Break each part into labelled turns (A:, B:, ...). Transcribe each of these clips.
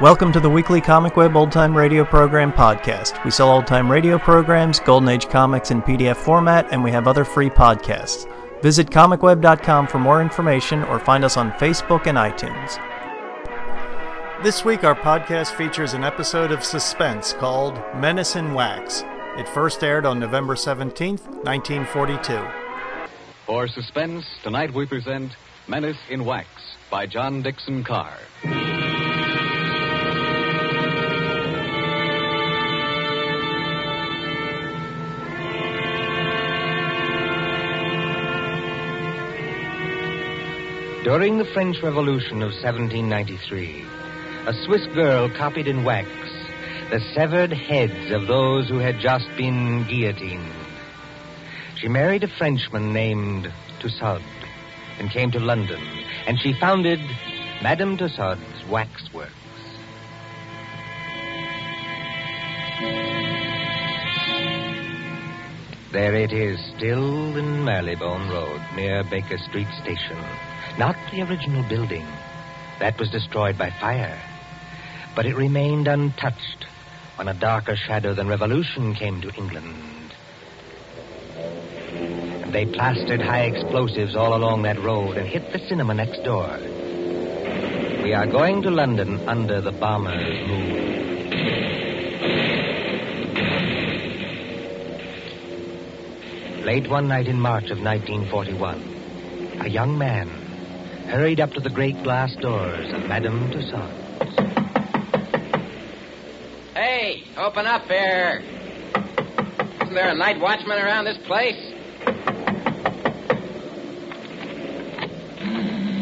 A: Welcome to the weekly Comic Web Old Time Radio Program podcast. We sell old time radio programs, Golden Age comics in PDF format, and we have other free podcasts. Visit comicweb.com for more information or find us on Facebook and iTunes. This week, our podcast features an episode of Suspense called Menace in Wax. It first aired on November 17th, 1942.
B: For Suspense, tonight we present Menace in Wax by John Dixon Carr.
C: During the French Revolution of 1793, a Swiss girl copied in wax the severed heads of those who had just been guillotined. She married a Frenchman named Tussaud and came to London, and she founded Madame Tussaud's Waxworks. There it is, still in Marylebone Road, near Baker Street Station. Not the original building. That was destroyed by fire. But it remained untouched when a darker shadow than revolution came to England. And they plastered high explosives all along that road and hit the cinema next door. We are going to London under the bomber's moon. Late one night in March of 1941, a young man hurried up to the great glass doors of Madame Tussaud's.
D: Hey, open up here. Isn't there a night watchman around this place?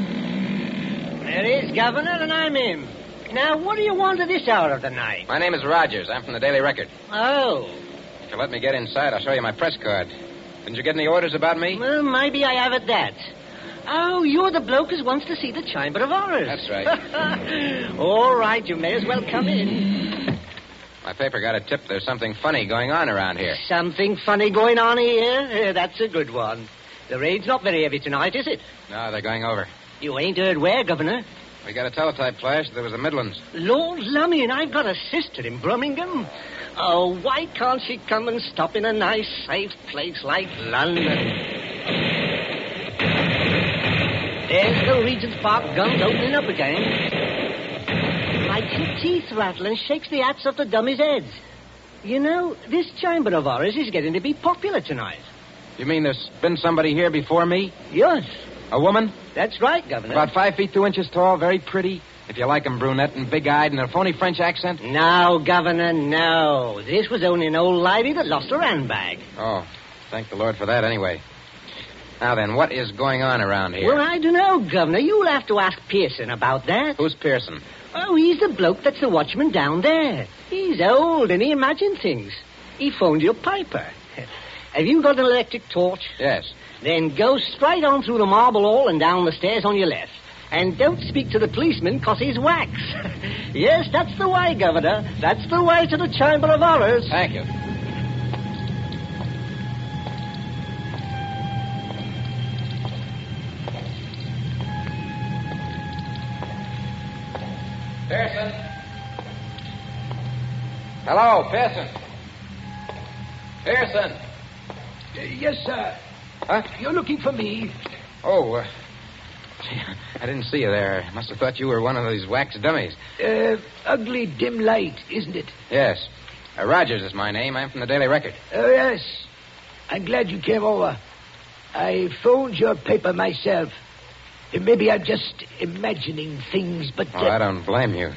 E: There is, Governor, and I'm in. Now, what do you want at this hour of the night?
D: My name is Rogers. I'm from the Daily Record.
E: Oh,
D: If you'll let me get inside, I'll show you my press card. Didn't you get any orders about me?
E: well, maybe I have at that. Oh, you're the bloke who wants to see the Chamber of Horrors.
D: That's right.
E: All right, you may as well come in.
D: My paper got a tip there's something funny going on around here.
E: Something funny going on here? Eh, That's a good one. The rain's not very heavy tonight, is it?
D: No, they're going over.
E: You ain't heard where, Governor.
D: We got a teletype flash that there was the Midlands.
E: Lord Lummy, and I've got a sister in Birmingham. Oh, why can't she come and stop in a nice, safe place like London? There's the Regent's Park guns opening up again. Makes your teeth rattle and shakes the hats off the dummies' heads. You know, this chamber of ours is getting to be popular tonight.
D: You mean there's been somebody here before me?
E: Yes,
D: A woman?
E: that's right, Governor.
D: About five feet two inches tall, very pretty. If you like 'em, brunette and big eyed and a phony French accent.
E: No, Governor, no. This was only an old lady that lost her handbag.
D: Oh, thank the Lord for that anyway. Now then, what is going on around here?
E: Well, I don't know, Governor. You'll have to ask Pearson about that.
D: Who's Pearson?
E: Oh, he's the bloke that's the watchman down there. He's old and he imagines things. He phoned your piper. have you got an electric torch?
D: Yes.
E: Then go straight on through the marble hall and down the stairs on your left. And don't speak to the policeman 'cause he's wax. yes, that's the way, Governor. That's the way to the Chamber of Horrors.
D: Thank you. Pearson. Hello, Pearson. Pearson.
F: Uh, Yes, sir.
D: Huh?
F: You're looking for me.
D: Oh, uh, I didn't see you there. I must have thought you were one of these wax dummies.
F: Uh, ugly dim light, isn't it?
D: Yes. Uh, Rogers is my name. I'm from the Daily Record.
F: Oh, yes. I'm glad you came over. I phoned your paper myself. Uh, Maybe I'm just imagining things, but. uh,
D: Oh, I don't blame you.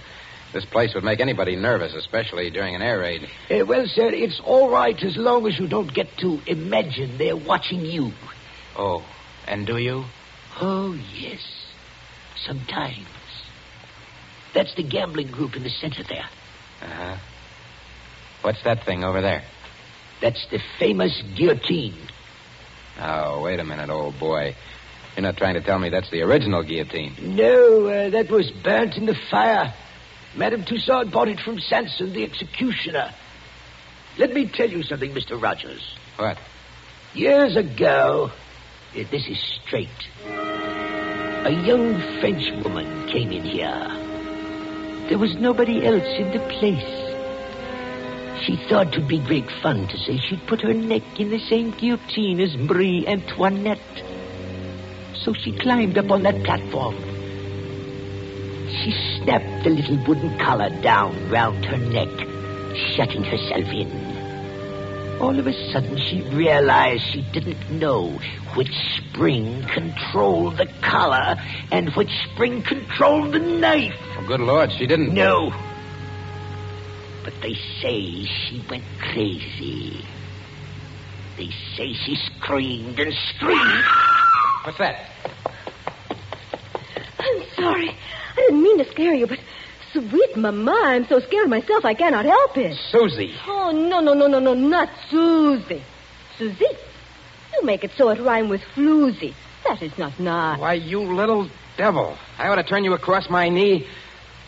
D: This place would make anybody nervous, especially during an air raid.
F: Uh, well, sir, it's all right as long as you don't get to imagine they're watching you.
D: Oh, and do you?
F: Oh, yes. Sometimes. That's the gambling group in the center there.
D: Uh-huh. What's that thing over there?
F: That's the famous guillotine.
D: Oh, wait a minute, old boy. You're not trying to tell me that's the original guillotine.
F: No, uh, that was burnt in the fire. Madame Tussaud bought it from Sanson, the executioner. Let me tell you something, Mr. Rogers.
D: What?
F: Years ago, eh, this is straight. A young French woman came in here. There was nobody else in the place. She thought it would be great fun to say she'd put her neck in the same guillotine as Marie Antoinette. So she climbed up on that platform. She snapped the little wooden collar down round her neck, shutting herself in. All of a sudden, she realized she didn't know which spring controlled the collar and which spring controlled the knife.
D: Oh, good Lord, she didn't.
F: No. But they say she went crazy. They say she screamed and screamed.
D: What's that?
G: I'm sorry. I didn't mean to scare you, but sweet mamma, I'm so scared myself I cannot help it.
D: Susie.
G: Oh, no, no, no, no, no, not Susie. Susie, you make it so it rhyme with floozy. That is not nice.
D: Why, you little devil. I ought to turn you across my knee.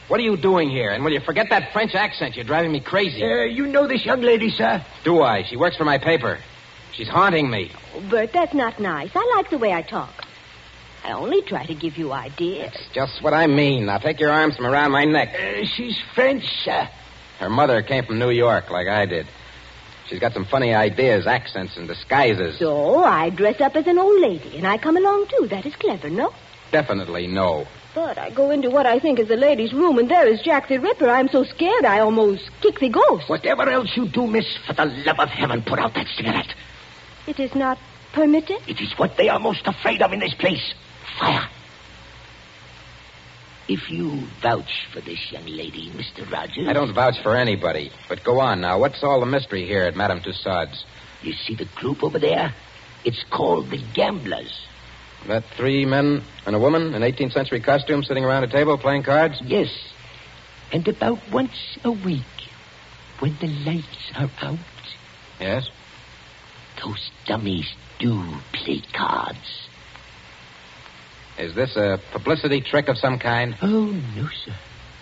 D: What are you doing here? And will you forget that French accent? You're driving me crazy.
F: Uh, you know this young lady, sir?
D: Do I? She works for my paper. She's haunting me.
G: Bert, that's not nice. I like the way I talk. I only try to give you ideas.
D: It's just what I mean. Now take your arms from around my neck.
F: Uh, she's French, sir.
D: Her mother came from New York, like I did. She's got some funny ideas, accents, and disguises.
G: So I dress up as an old lady, and I come along too. That is clever, no?
D: Definitely no.
G: But I go into what I think is the lady's room, and there is Jack the Ripper. I'm so scared I almost kick the ghost.
F: Whatever else you do, miss, for the love of heaven, put out that cigarette.
G: It is not permitted?
F: It is what they are most afraid of in this place fire. If you vouch for this young lady, Mr. Rogers.
D: I don't vouch for anybody. But go on now. What's all the mystery here at Madame Tussaud's?
F: You see the group over there? It's called the Gamblers.
D: That three men and a woman in 18th century costume sitting around a table playing cards?
F: Yes. And about once a week, when the lights are out,
D: Yes.
F: those dummies do play cards.
D: Is this a publicity trick of some kind?
F: Oh, no, sir.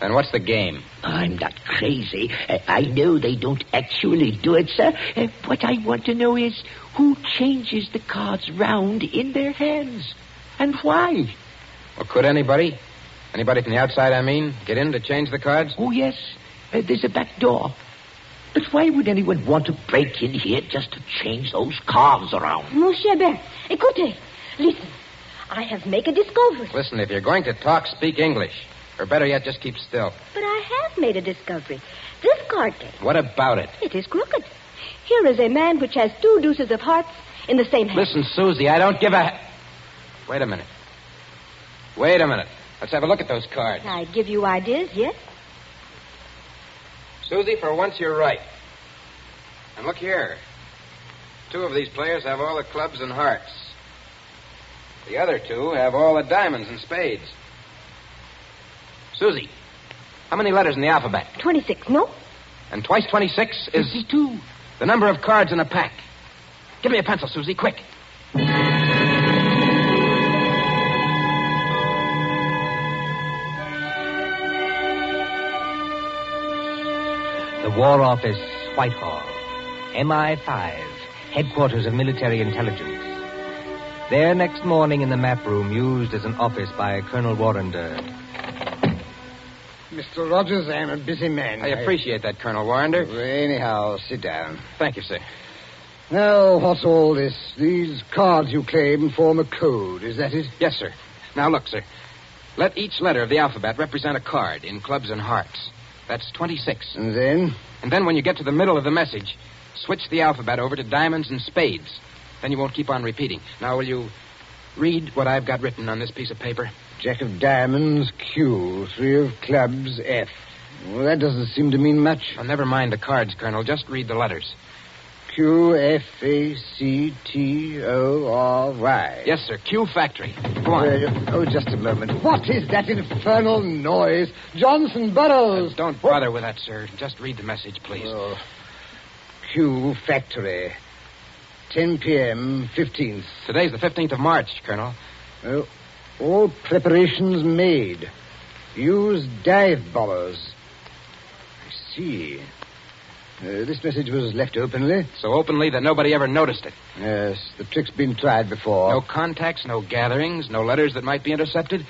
D: And what's the game?
F: I'm not crazy. I I know they don't actually do it, sir. Uh, What I want to know is who changes the cards round in their hands and why.
D: Well, could anybody? Anybody from the outside, I mean, get in to change the cards?
F: Oh, yes, uh, there's a back door. But why would anyone want to break in here just to change those cards around?
G: Mon cher Bert, écoutez. Listen, I have made a discovery.
D: Listen, if you're going to talk, speak English. Or better yet, just keep still.
G: But I have made a discovery. This card game,
D: What about it?
G: it is crooked. Here is a man which has two deuces of hearts in the same hand.
D: Listen, Susie, I don't give a. Wait a minute. Wait a minute. Let's have a look at those cards.
G: I give you ideas, yes?
D: Susie, for once you're right. And look here. Two of these players have all the clubs and hearts. The other two have all the diamonds and spades. Susie, how many letters in the alphabet?
G: 26, no?
D: And twice 26 is
F: Fifty-two.
D: the number of cards in a pack. Give me a pencil, Susie, quick.
C: The War Office, Whitehall. MI5, headquarters of military intelligence. There next morning in the map room used as an office by Colonel Warrender.
H: Mr. Rogers, I am a busy man.
D: I appreciate that, Colonel Warrender.
H: Anyhow, sit down.
D: Thank you, sir.
H: Now, what's all this? These cards you claim form a code, is that it?
D: Yes, sir. Now, look, sir. Let each letter of the alphabet represent a card in clubs and hearts. That's 26.
H: And then?
D: And then when you get to the middle of the message, switch the alphabet over to diamonds and spades. Then you won't keep on repeating. Now, will you read what I've got written on this piece of paper?
H: Jack of diamonds, Q. Three of clubs, F. Well, that doesn't seem to mean much.
D: Now, never mind the cards, Colonel. Just read the letters.
H: Q, F, A, C, T, O, R, Y.
D: Yes, sir. Q Factory. Go on.
H: Uh, oh, just a moment. What is that infernal noise? Johnson Burroughs.
D: Don't bother with that, sir. Just read the message, please.
H: Oh. Q Factory. 10 p.m., 15th.
D: Today's the 15th of March, Colonel.
H: Oh, all preparations made. Use dive bombers. I see. Uh, this message was left openly.
D: So openly that nobody ever noticed it.
H: Yes, the trick's been tried before.
D: No contacts, no gatherings, no letters that might be intercepted.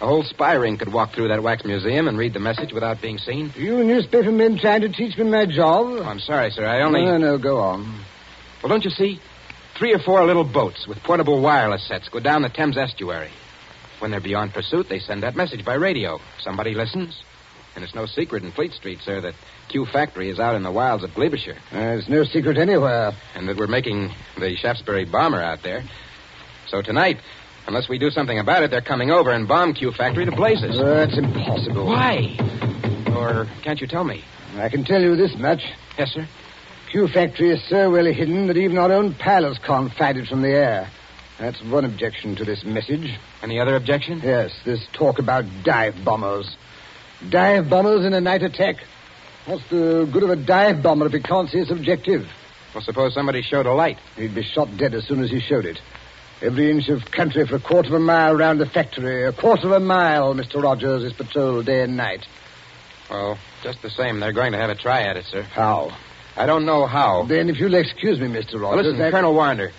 D: A whole spy ring could walk through that wax museum and read the message without being seen.
H: You newspaper men trying to teach me my job?
D: Oh, I'm sorry, sir. I only.
H: No, no, go on.
D: Well, don't you see? Three or four little boats with portable wireless sets go down the Thames estuary. When they're beyond pursuit, they send that message by radio. Somebody listens. And it's no secret in Fleet Street, sir, that Q Factory is out in the wilds of Gloucestershire,
H: Uh, it's no secret anywhere.
D: and that we're making the Shaftesbury bomber out there. So tonight, unless we do something about it, they're coming over and bomb Q Factory to blazes.
H: That's impossible.
D: Why? Or can't you tell me?
H: I can tell you this much.
D: Yes, sir.
H: Q Factory is so well hidden that even our own pilots can't find it from the air. That's one objection to this message.
D: Any other objection?
H: Yes, this talk about dive bombers. Dive bombers in a night attack. What's the good of a dive bomber if he can't see its objective?
D: Well, suppose somebody showed a light.
H: He'd be shot dead as soon as he showed it. Every inch of country for a quarter of a mile round the factory. A quarter of a mile, Mr. Rogers is patrolled day and night.
D: Well, just the same, they're going to have a try at it, sir.
H: How?
D: I don't know how.
H: Then, if you'll excuse me, Mr.
D: Well,
H: Rogers.
D: listen,
H: that-
D: Colonel Winder,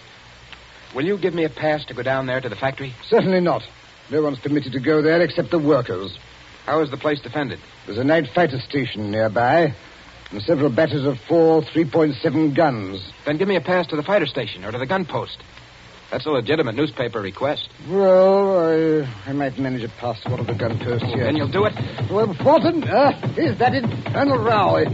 D: will you give me a pass to go down there to the factory?
H: Certainly not. No one's permitted to go there except the workers.
D: How is the place defended?
H: There's a night fighter station nearby, and several batteries of four 3.7 guns.
D: Then give me a pass to the fighter station or to the gun post. That's a legitimate newspaper request.
H: Well, I, I might manage to pass one of the gun posts here.
D: Then you'll do it.
H: Well, Fortin, uh, is that infernal row? It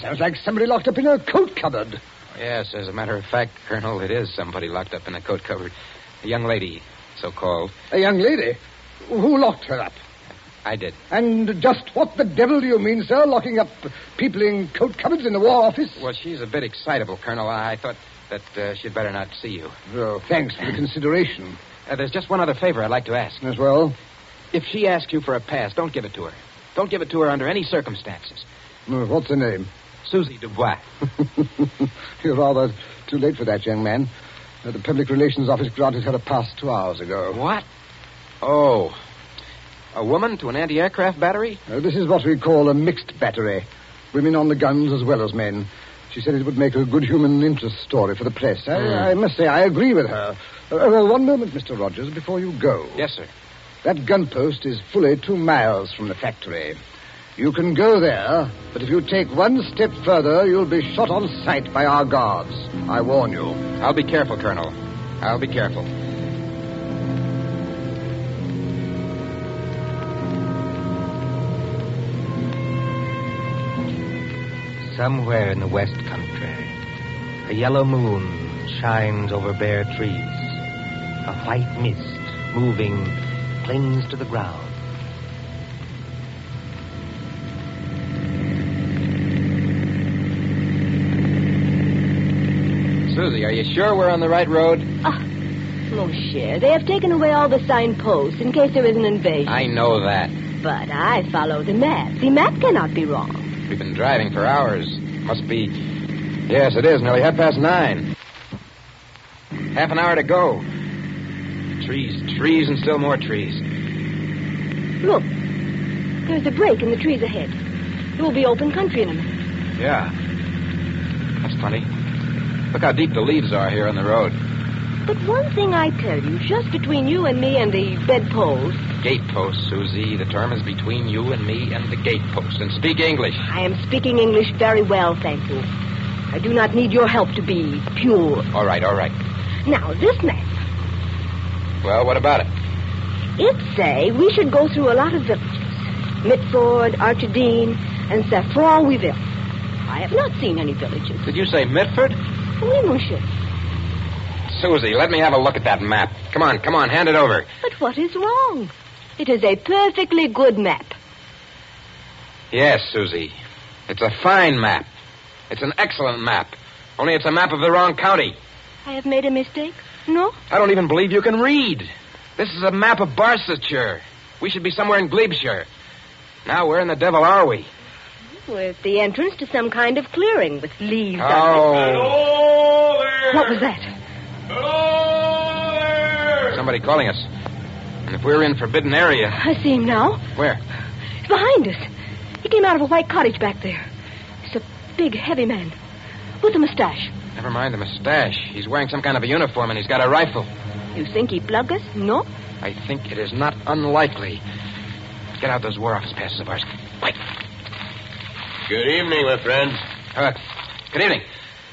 H: sounds like somebody locked up in a coat cupboard.
D: Yes, as a matter of fact, Colonel, it is somebody locked up in a coat cupboard. A young lady, so called.
H: A young lady. Who locked her up?
D: I did.
H: And just what the devil do you mean, sir, locking up people in coat cupboards in the War Office?
D: Well, she's a bit excitable, Colonel. I I thought that uh, she'd better not see you.
H: Oh, thanks for the consideration.
D: Uh, there's just one other favor I'd like to ask.
H: As well,
D: If she asks you for a pass, don't give it to her. Don't give it to her under any circumstances.
H: uh, what's her name?
D: Susie Dubois.
H: You're rather too late for that, young man. Uh, the Public Relations Office granted her a pass two hours ago.
D: What? Oh. A woman to an anti aircraft battery?
H: Uh, this is what we call a mixed battery. Women on the guns as well as men. She said it would make a good human interest story for the press. I, I must say, I agree with her. Uh, uh, well, one moment, Mr. Rogers, before you go.
D: Yes, sir.
H: That gun post is fully two miles from the factory. You can go there, but if you take one step further, you'll be shot on sight by our guards. I warn you.
D: I'll be careful, Colonel. I'll be careful.
C: Somewhere in the West Country, a yellow moon shines over bare trees. A white mist, moving, clings to the ground.
D: Susie, are you sure we're on the right road?
G: Ah. Monsieur, they have taken away all the signposts in case there is an invasion.
D: I know that.
G: But I follow the map. The map cannot be wrong.
D: We've been driving for hours. Must be. Yes, it is nearly half past nine. Half an hour to go. Trees, trees, and still more trees.
G: Look, there's a break in the trees ahead. It will be open country in a minute.
D: Yeah. That's funny. Look how deep the leaves are here on the road.
G: But one thing I tell you, just between you and me and the bedpost,
D: Gatepost, Susie. The term is between you and me and the gatepost. And speak English.
G: I am speaking English very well, thank you. I do not need your help to be pure.
D: All right, all right.
G: Now, this map,
D: Well, what about it?
G: it say we should go through a lot of villages. Mitford, Archidine, and Saffronville. I have not seen any villages.
D: Did you say Mitford?
G: Oui, monsieur.
D: Susie, let me have a look at that map. Come on, come on, hand it over.
G: But what is wrong? It is a perfectly good map.
D: Yes, Susie. It's a fine map. It's an excellent map. Only it's a map of the wrong county.
G: I have made a mistake? No?
D: I don't even believe you can read. This is a map of Barsetshire. We should be somewhere in Glebeshire. Now, where in the devil are we?
G: With the entrance to some kind of clearing with leaves on
D: Oh,
G: it. What was that?
D: somebody calling us. And if we're in forbidden area,
G: I see him now.
D: where?
G: It's behind us. He came out of a white cottage back there. He's a big, heavy man with a mustache.
D: Never mind the mustache. He's wearing some kind of a uniform and he's got a rifle.
G: You think he plug us? No?
D: I think it is not unlikely. Get out those War Office passes of ours. Quick.
I: Good evening, my friend.
D: Uh, good evening.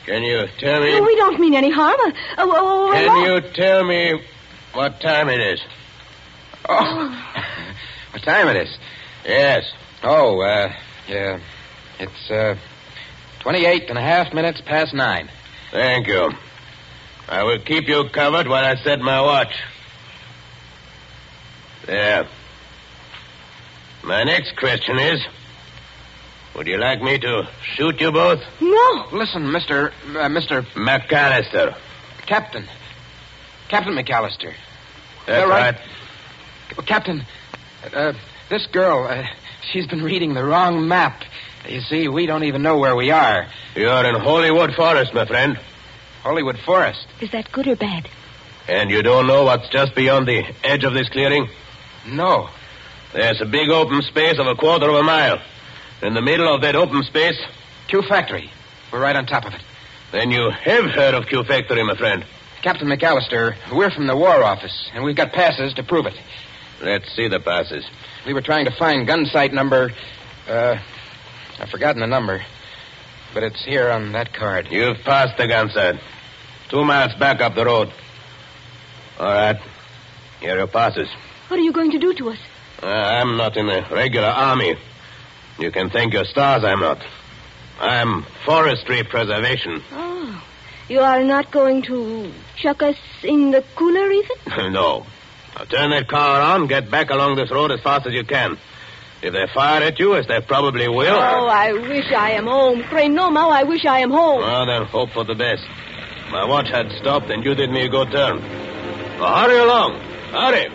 I: Can you tell me?
G: Oh, we don't mean any harm. Oh, oh, oh, oh,
I: Can you tell me what time it is?
D: Oh. what time it is?
I: Yes.
D: Oh, uh, yeah. It's, uh, 28 and a half minutes past nine.
I: Thank you. I will keep you covered while I set my watch. There. My next question is Would you like me to shoot you both?
G: No.
D: Listen, Mr. Uh, Mr.
I: McAllister.
D: Captain. Captain McAllister.
I: That's
D: All
I: right.
D: right. Well, Captain, uh, this girl, uh, she's been reading the wrong map. You see, we don't even know where we are.
I: You're in Holywood Forest, my friend,
D: Hollywood Forest.
G: Is that good or bad?
I: and you don't know what's just beyond the edge of this clearing?
D: No.
I: There's a big open space of a quarter of a mile. In the middle of that open space,
D: Q Factory. We're right on top of it.
I: then you have heard of Q Factory, my friend.
D: Captain McAllister, we're from the War Office, and we've got passes to prove it.
I: Let's see the passes.
D: We were trying to find gun sight number. Uh, I've forgotten the number, but it's here on that card.
I: You've passed the gun sight. Two miles back up the road. All right. Here are your passes.
G: What are you going to do to us?
I: Uh, I'm not in the regular army. You can thank your stars I'm not. I'm forestry preservation.
G: Oh. You are not going to chuck us in the cooler, Ethan?
I: no. Now turn that car around, get back along this road as fast as you can. If they fire at you, as they probably will.
G: Oh, I wish I am home. Pray no, Mao, I wish I am home.
I: Well, then hope for the best. My watch had stopped, and you did me a good turn. Now hurry along. Hurry.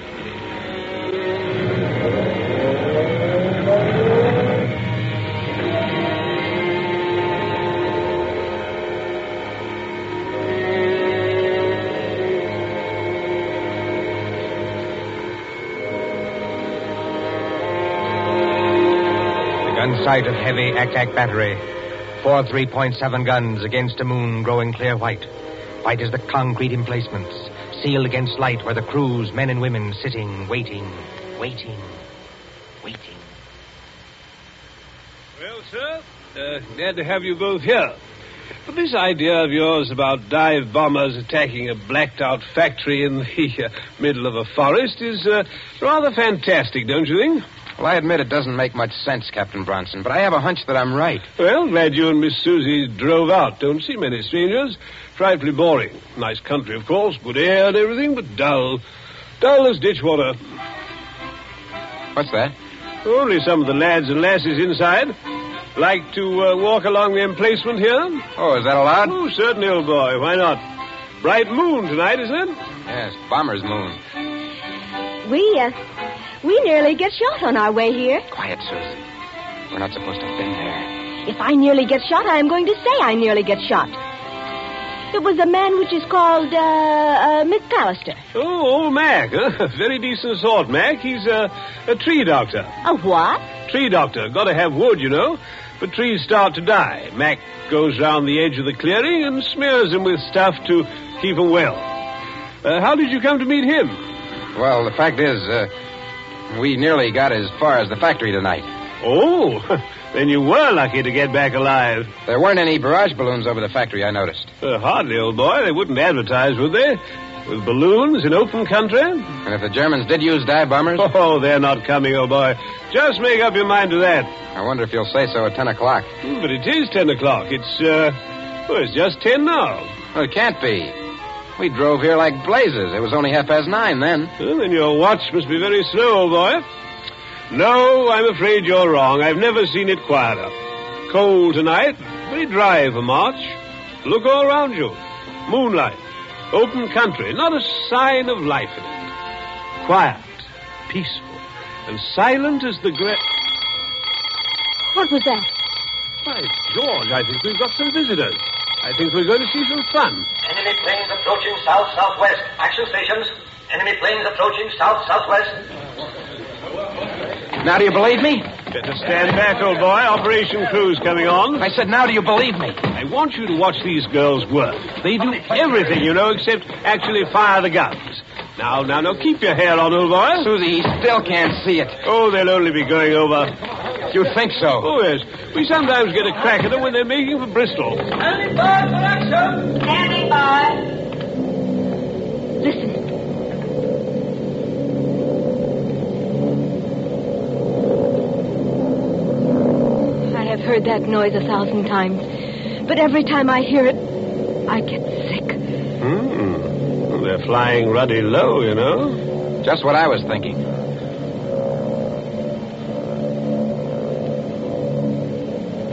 C: The gun sight of heavy Ack-Ack battery. Four 3.7 guns against a moon growing clear white. White as the concrete emplacements, sealed against light where the crews, men and women, sitting, waiting, waiting, waiting.
J: Well, sir, uh, glad to have you both here. But this idea of yours about dive bombers attacking a blacked out factory in the uh, middle of a forest is uh, rather fantastic, don't you think?
D: Well, I admit it doesn't make much sense, Captain Bronson, but I have a hunch that I'm right.
J: Well, glad you and Miss Susie drove out. Don't see many strangers. Frightfully boring. Nice country, of course, good air and everything, but dull. Dull as ditch water.
D: What's that?
J: Only some of the lads and lasses inside like to uh, walk along the emplacement here.
D: Oh, is that allowed?
J: Oh, certainly, old boy. Why not? Bright moon tonight, isn't it?
D: Yes, Bomber's Moon.
G: We, uh, we nearly get shot on our way here.
D: Quiet, Susan. We're not supposed to have been there.
G: If I nearly get shot, I am going to say I nearly get shot. It was a man which is called, uh, uh, McAllister.
J: Oh, old Mac. Huh? Very decent sort, Mac. He's a, a tree doctor.
G: A what?
J: Tree doctor. Gotta have wood, you know. But trees start to die. Mac goes round the edge of the clearing and smears them with stuff to keep 'em well. Uh, how did you come to meet him?
D: Well, the fact is, uh, we nearly got as far as the factory tonight.
J: Oh, then you were lucky to get back alive.
D: There weren't any barrage balloons over the factory, I noticed.
J: Uh, hardly, old boy. They wouldn't advertise, would they? With balloons in open country?
D: And if the Germans did use dive bombers,
J: Oh, they're not coming, old boy. Just make up your mind to that.
D: I wonder if you'll say so at 10 o'clock.
J: Hmm, But it is ten o'clock. It's uh, well, it's just ten now.
D: Well, it can't be. We drove here like blazes. It was only half past nine then.
J: Well, then your watch must be very slow, old boy. No, I'm afraid you're wrong. I've never seen it quieter. Cold tonight, very dry for March. Look all round you. Moonlight, open country, not a sign of life in it. Quiet, peaceful, and silent as the grave.
G: What was that?
J: By George, I think we've got some visitors. I think we're going to see some fun.
K: Enemy planes approaching south southwest. Action stations. Enemy planes approaching south southwest.
D: Now do you believe me?
J: Better stand back, old boy. Operation Crew's coming on.
D: I said, now do you believe me?
J: I want you to watch these girls work. They do everything, you know, except actually fire the guns. Now, now, now, keep your hair on, old boy. Susie, he still can't see it. Oh, they'll only be going over. You think so? Oh, yes. We sometimes get a crack at them when they're making for Bristol.
K: Standing by for action. Standing by.
G: I have heard that noise a thousand times, but every time I hear it, I get sick.
J: Hmm. They're flying ruddy low, you know. Just what I was thinking.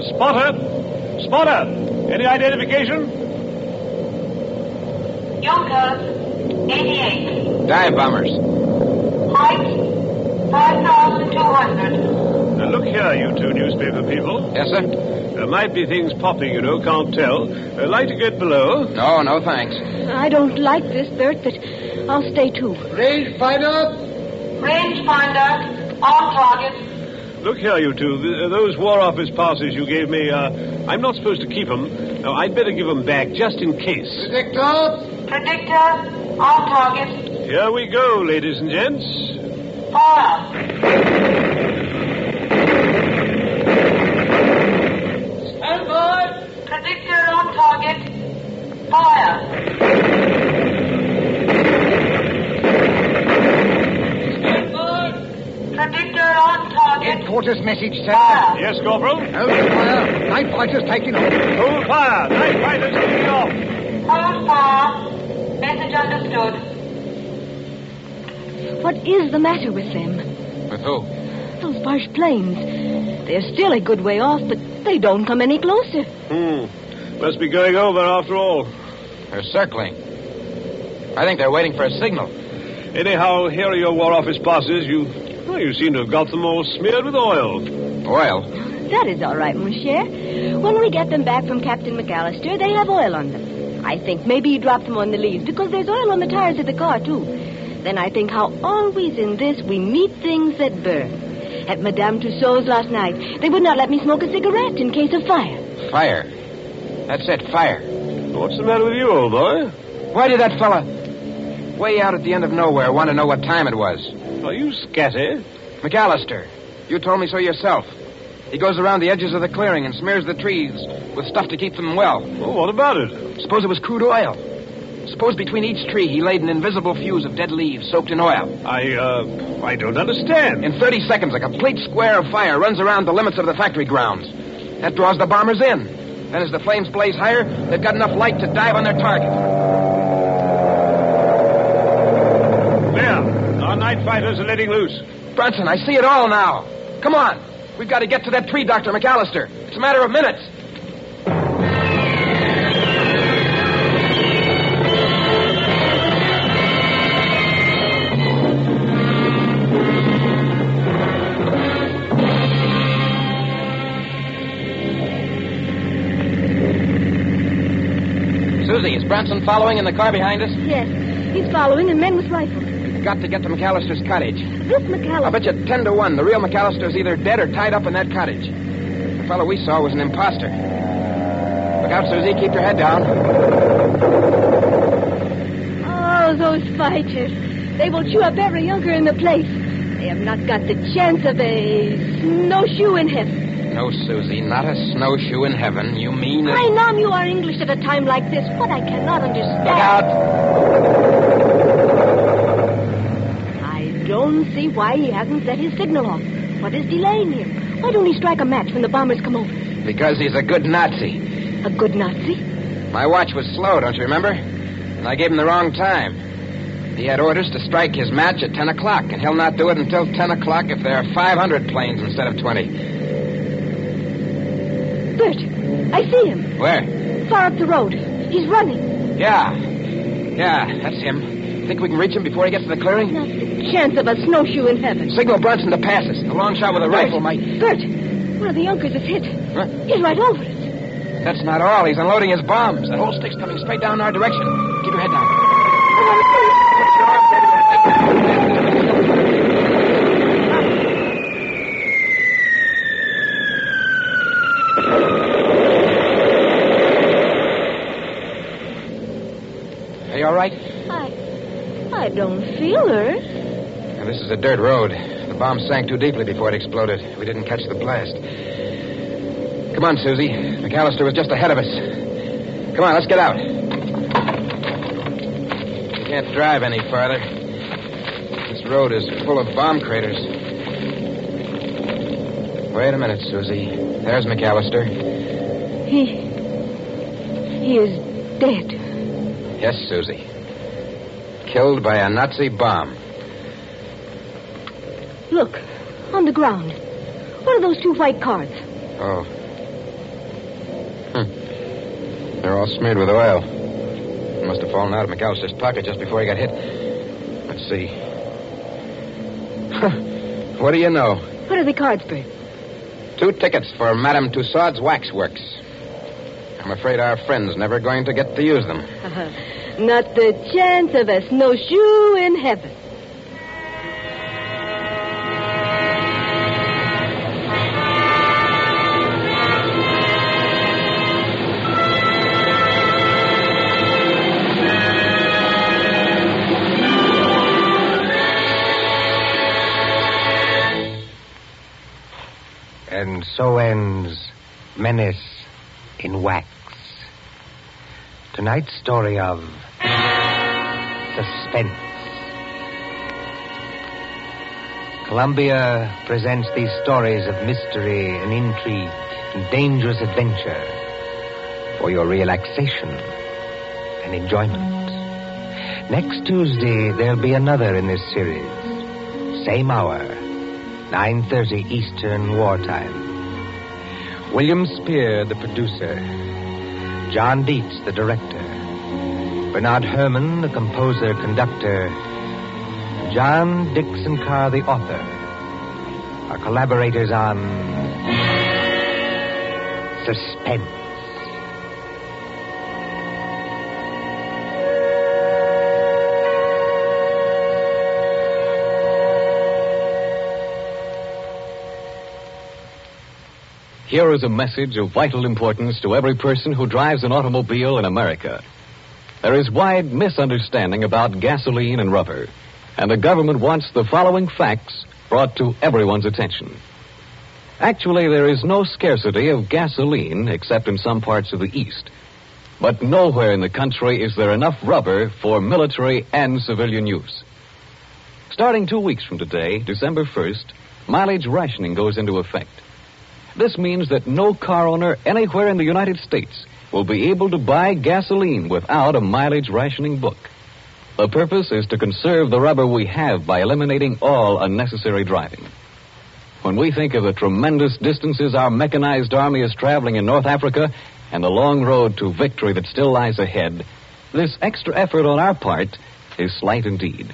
J: Spotter! Spotter! Any identification?
K: Yonkers, 88.
D: Dive bombers.
K: Height, 5,200.
J: Now, Uh, look here, you two newspaper people. Yes, sir. There might be things popping, you know, can't tell. Uh, like to get below? No, no, thanks.
G: I don't like this, Bert, but I'll stay too.
K: Range finder. Range finder, on target.
J: Look here, you two. Th- uh, those War Office passes you gave me, uh, I'm not supposed to keep them. Now, I'd better give them back just in case.
K: Predictor. Predictor, on target.
J: Here we go, ladies and gents.
K: Fire. Stand by. Predictor on target. Fire. Stand by. Predictor on target.
H: Headquarters message, sir.
J: Yes, Corporal? Hold fire. Night fighters taking off. Hold fire. Night fighters taking off.
K: Hold fire. Message understood.
G: What is the matter with them?
D: With who?
G: Those Barsh planes. They're still a good way off, but they don't come any closer.
J: Hmm. Must be going over after all.
D: They're circling. I think they're waiting for a signal.
J: Anyhow, here are your War Office passes. You, well, you seem to have got them all smeared with oil. Oil?
G: That is all right, mon cher. When we get them back from Captain McAllister, they have oil on them. I think maybe he dropped them on the leaves because there's oil on the tires of the car, too. Then I think how always in this we meet things that burn. At Madame Tussaud's last night, they would not let me smoke a cigarette in case of fire.
D: Fire. That's it, fire.
J: What's the matter with you, old boy?
D: Why did that fella way out at the end of nowhere want to know what time it was?
J: Are you scatty?
D: McAllister, you told me so yourself. He goes around the edges of the clearing and smears the trees with stuff to keep them well.
J: Well, what about it?
D: Suppose it was crude oil. Suppose between each tree he laid an invisible fuse of dead leaves soaked in oil.
J: I, uh, I don't understand.
D: In 30 seconds, a complete square of fire runs around the limits of the factory grounds. That draws the bombers in. Then, as the flames blaze higher, they've got enough light to dive on their target.
J: There. Our night fighters are letting loose.
D: Brunson, I see it all now. Come on. We've got to get to that tree, Dr. McAllister. It's a matter of minutes. Susie, is Branson following in the car behind us?
G: Yes, he's following, and men with rifles.
D: We've got to get to McAllister's cottage.
G: This McAllister.
D: I'll bet you ten to one the real McAllister's either dead or tied up in that cottage. The fellow we saw was an imposter. Look out, Susie. Keep your head down.
G: Oh, those fighters. They will chew up every Junker in the place. They have not got the chance of a snowshoe in heaven.
D: No, Susie, not a snowshoe in heaven. You mean
G: I know you are English at a time like this. What I cannot understand. Look
D: out!
G: I don't see why he hasn't set his signal off. What is delaying him? Why don't he strike a match when the bombers come over?
D: Because he's a good Nazi.
G: A good Nazi?
D: My watch was slow, don't you remember? And I gave him the wrong time. He had orders to strike his match at 10 o'clock, and he'll not do it until 10 o'clock if there are 500 planes instead of 20.
G: Bert, I see him.
D: Where?
G: Far up the road. He's running.
D: Yeah. Yeah, that's him. Think we can reach him before he gets to the clearing?
G: Chance of a snowshoe in heaven.
D: Signal Brunson to pass us. A long shot with a rifle might.
G: Bert, one of the Junkers is hit. He's right over us.
D: That's not all. He's unloading his bombs. That whole stick's coming straight down our direction. Keep your head down. Are you all right?
G: I, I don't feel her.
D: Now, this is a dirt road. The bomb sank too deeply before it exploded. We didn't catch the blast. Come on, Susie. McAllister was just ahead of us. Come on, let's get out. We can't drive any farther. This road is full of bomb craters. Wait a minute, Susie. There's McAllister.
G: He. He is dead.
D: Yes, Susie. Killed by a Nazi bomb.
G: Look, on the ground. What are those two white cards?
D: Oh. Hmm. They're all smeared with oil. It must have fallen out of McAllister's pocket just before he got hit. Let's see. Huh. what do you know?
G: What are the cards, Bert?
D: Two tickets for Madame Tussaud's Waxworks. I'm afraid our friend's never going to get to use them.
G: Uh-huh. Not the chance of a snowshoe in heaven.
C: And so ends Menace in Wax. Tonight's story of suspense. Columbia presents these stories of mystery and intrigue and dangerous adventure for your relaxation and enjoyment. Next Tuesday, there'll be another in this series. Same hour, 9.30 Eastern Wartime. William Spear, the producer. John Dietz, the director. Bernard Herman, the composer, conductor. John Dixon Carr, the author. Our collaborators on Suspense.
B: Here is a message of vital importance to every person who drives an automobile in America. There is wide misunderstanding about gasoline and rubber, and the government wants the following facts brought to everyone's attention. Actually, there is no scarcity of gasoline except in some parts of the East. But nowhere in the country is there enough rubber for military and civilian use. Starting two weeks from today, December 1st, mileage rationing goes into effect. This means that no car owner anywhere in the United States will be able to buy gasoline without a mileage rationing book. The purpose is to conserve the rubber we have by eliminating all unnecessary driving. When we think of the tremendous distances our mechanized army is traveling in North Africa and the long road to victory that still lies ahead, this extra effort on our part is slight indeed.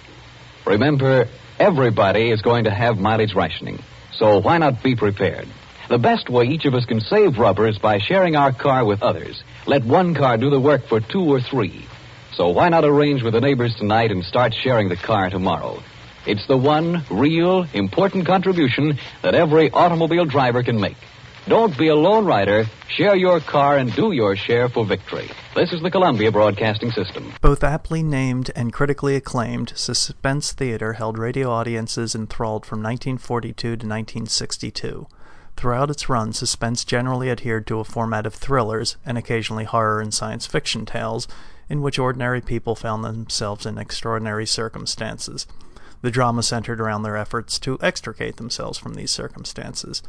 B: Remember, everybody is going to have mileage rationing, so why not be prepared? The best way each of us can save rubber is by sharing our car with others. Let one car do the work for two or three. So why not arrange with the neighbors tonight and start sharing the car tomorrow? It's the one real important contribution that every automobile driver can make. Don't be a lone rider. Share your car and do your share for victory. This is the Columbia Broadcasting System.
A: Both aptly named and critically acclaimed, Suspense Theater held radio audiences enthralled from 1942 to 1962. Throughout its run, Suspense generally adhered to a format of thrillers and occasionally horror and science fiction tales in which ordinary people found themselves in extraordinary circumstances. The drama centered around their efforts to extricate themselves from these circumstances.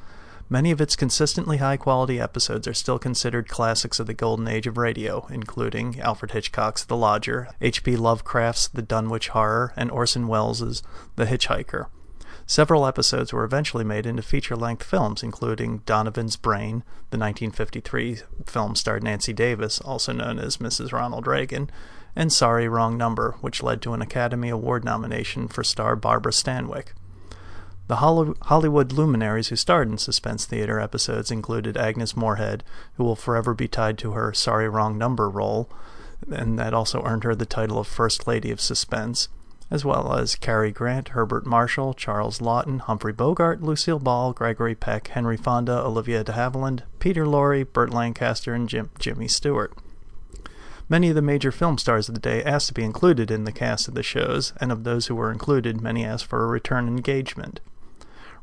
A: Many of its consistently high quality episodes are still considered classics of the golden age of radio, including Alfred Hitchcock's The Lodger, H.P. Lovecraft's The Dunwich Horror, and Orson Welles' The Hitchhiker. Several episodes were eventually made into feature length films, including Donovan's Brain, the 1953 film starred Nancy Davis, also known as Mrs. Ronald Reagan, and Sorry Wrong Number, which led to an Academy Award nomination for star Barbara Stanwyck. The Holly- Hollywood luminaries who starred in suspense theater episodes included Agnes Moorehead, who will forever be tied to her Sorry Wrong Number role, and that also earned her the title of First Lady of Suspense, as well as Cary Grant, Herbert Marshall, Charles Lawton, Humphrey Bogart, Lucille Ball, Gregory Peck, Henry Fonda, Olivia de Havilland, Peter Lorre, Burt Lancaster, and Jim- Jimmy Stewart. Many of the major film stars of the day asked to be included in the cast of the shows, and of those who were included, many asked for a return engagement.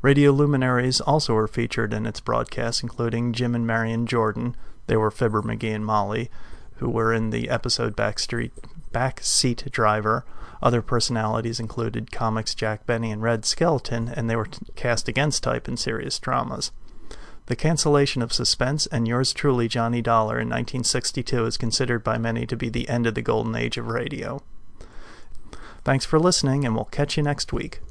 A: Radio luminaries also were featured in its broadcasts, including Jim and Marion Jordan. They were Fibber McGee and Molly, who were in the episode Backstreet Backseat Driver. Other personalities included comics Jack Benny and Red Skeleton, and they were t- cast against type in serious dramas. The cancellation of Suspense and Yours Truly Johnny Dollar in 1962 is considered by many to be the end of the golden age of radio. Thanks for listening, and we'll catch you next week.